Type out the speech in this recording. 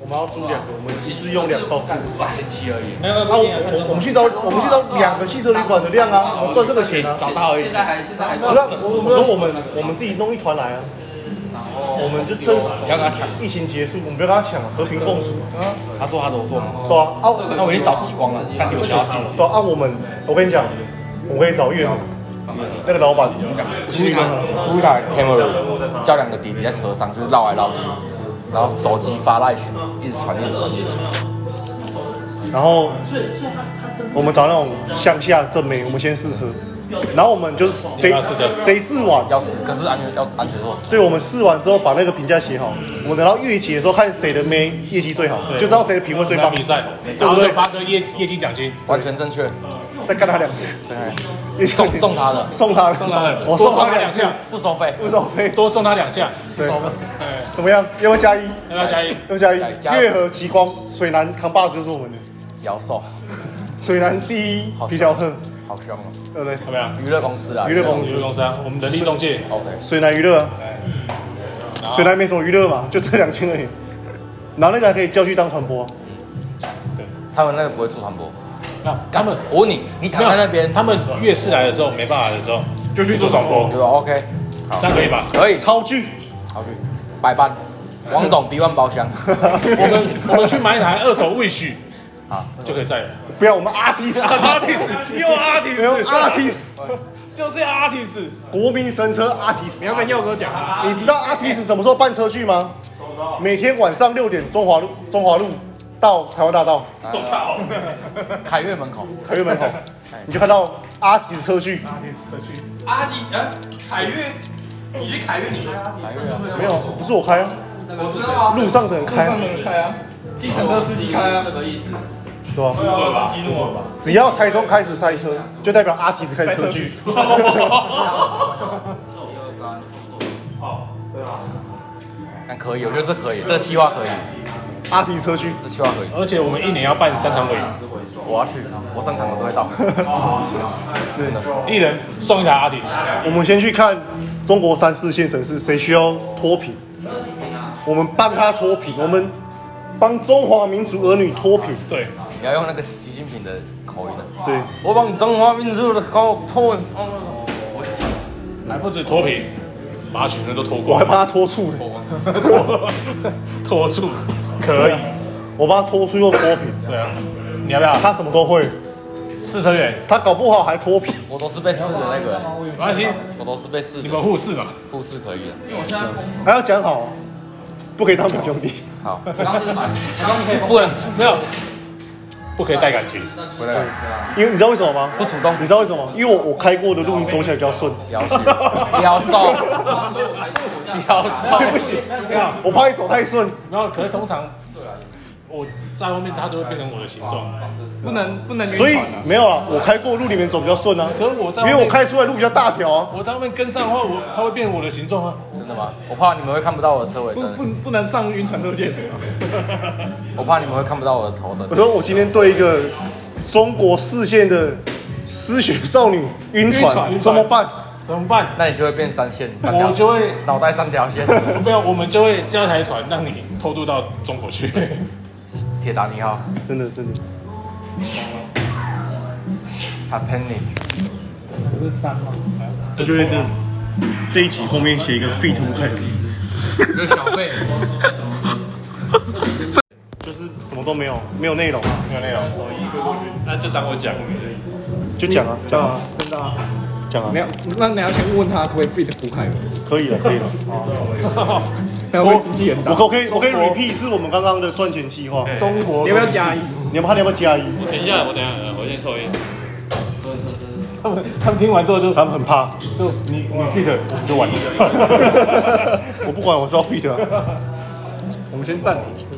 我们要租两个，我们一次用两栋。干五百些鸡而已，没有没有，那不我一定啊看我我们状况去找我们去找两个汽车旅馆的量啊，我们赚这个钱啊。找到而已现在还现在还是不要整是啊我我说我们我们自己弄一团来啊，我们就趁不要跟他抢。疫情结束，我们不要跟他抢，和平共处，他做他的，我做我的。对啊，啊我那我已经找极光了，但刘家进了。对啊，啊我们我跟你讲，我可以找月老，那个老板，租一台租一台 Camry，叫两个弟弟在车上就是绕来绕去，然后手机发赖群，一直传一直传一直传。然后我们找那种乡下正妹，我们先试车，然后我们就是谁你要试车谁试完，要死，可是安全要安全措施。所以我们试完之后把那个评价写好，我们等到月结的时候看谁的妹业绩最好，就知道谁的品味最我棒们要比，赛，对然不后对就发个业业绩奖金，完全正确，再干他两次， 对， 送送他的，送他，送他我送多送他他两两下下，，不收费，不收费，多送他两下，对，哎，怎么样？要不要加一？要不要加一？要不要加来一？加月和极光，水南扛把子就是我们的，摇手，水南第一好皮条客，好凶哦！对不对？怎么样？娱乐公司啊，娱乐公司旅游公司啊，我们人力中介， ，OK，水南娱乐啊，然后水南没什么娱乐嘛，就这两千而已。然后那个还可以叫去当传播啊，他们那个不会做传播。那他们我问你，你躺在那边，他们月事来的时候没办法的时候，就去做转播你，说 OK，好这，样可以吧？可以，超巨， 好去，百般，王董 B 万包 厢，我们我们去买一台二手 Wish 好，就可以载了。不要我们 artist， Artist 又 Artist， 没有 artist，就是 Artist，国民神车 artist。你要跟佑哥讲， 你知道阿提斯什么时候办车去吗？每天晚上六点，中华路中华路到台湾大道凯悦门口，台院门口，你就看到阿提斯车去。阿迪呃凯越，你去凯越你开阿迪凯悦啊，没有，不是我开啊，我知道啊，路上的人开，开啊，计程车司机开啊，这个意思。对吧？只要台中开始塞车，就代表阿提斯开始车去。 一二三四五但可以，我觉得这可以，这计划可以，阿提斯车去，这计划可以，而且我们一年要办三场尾，我要去，我上场我都会到， 一人送一台 Artist，我们先去看中国三四线城市谁需要脱贫，我们帮他脱贫，我们帮中华民族儿女脱贫。对，你要用那个习近平的口音的，啊对，我帮中华民族的高头，还不止脱贫，把全身都脱我光 还，帮他脱醋呢。哦脱出，可啊以，我帮他脱出又脱贫，对啊，你要不要？他什么都会，试车员，他搞不好还脱贫。我都是被试的那个，没关系，我都是被试你的，们互试嘛，护士可以的，因为我现在疯还要讲好，不可以当表兄弟。好，刚就是买，刚刚你可以疯不能没有，不可以带感情，不能因为你知道为什么吗？不主动你知道为什么吗？因为我我开过的路，你走起来比较顺。摇起，摇手，所以我才说我这样。摇对不手，起，我怕你走太顺。然后可是通常，我在后面，它就会变成我的形状。不能不能所以没有啊，我开过的路里面走比较顺啊。可是我在因后面为我开出来路比较大条啊。我在后面跟上的话，我它会变成我的形状啊。真的吗？我怕你们会看不到我的车尾不灯，不不能上晕船乐界水啊，我怕你们会看不到我的头灯我。说我今天对一个中国四线的失学少女晕晕船船怎么办？怎么办？那你就会变三线，三条我就会脑袋三条线。没有，我们就会加台船让你偷渡到中国去。 铁达尼号真的真的， ，Titanic，我觉得这一集后面写一个废图 开头，一个小贝，就是什么都没有，没有内容啊，没有内容，那就当我讲。就讲嗯啊讲啊真的啊，讲啊你，要那你要先问他可不可以 beat 胡凯文，可以了可以了。然后被机器人打我，可我可以我可以 repeat 一次我们刚刚的赚钱计划。中国你要不要加一？你要不要你要不要加一？等一下，我等一下，我先抽烟。他们他们听完之后就他们很怕， 就你你 fit 我们就完了。 我不管，我是要 fit 啊。我们先暂停，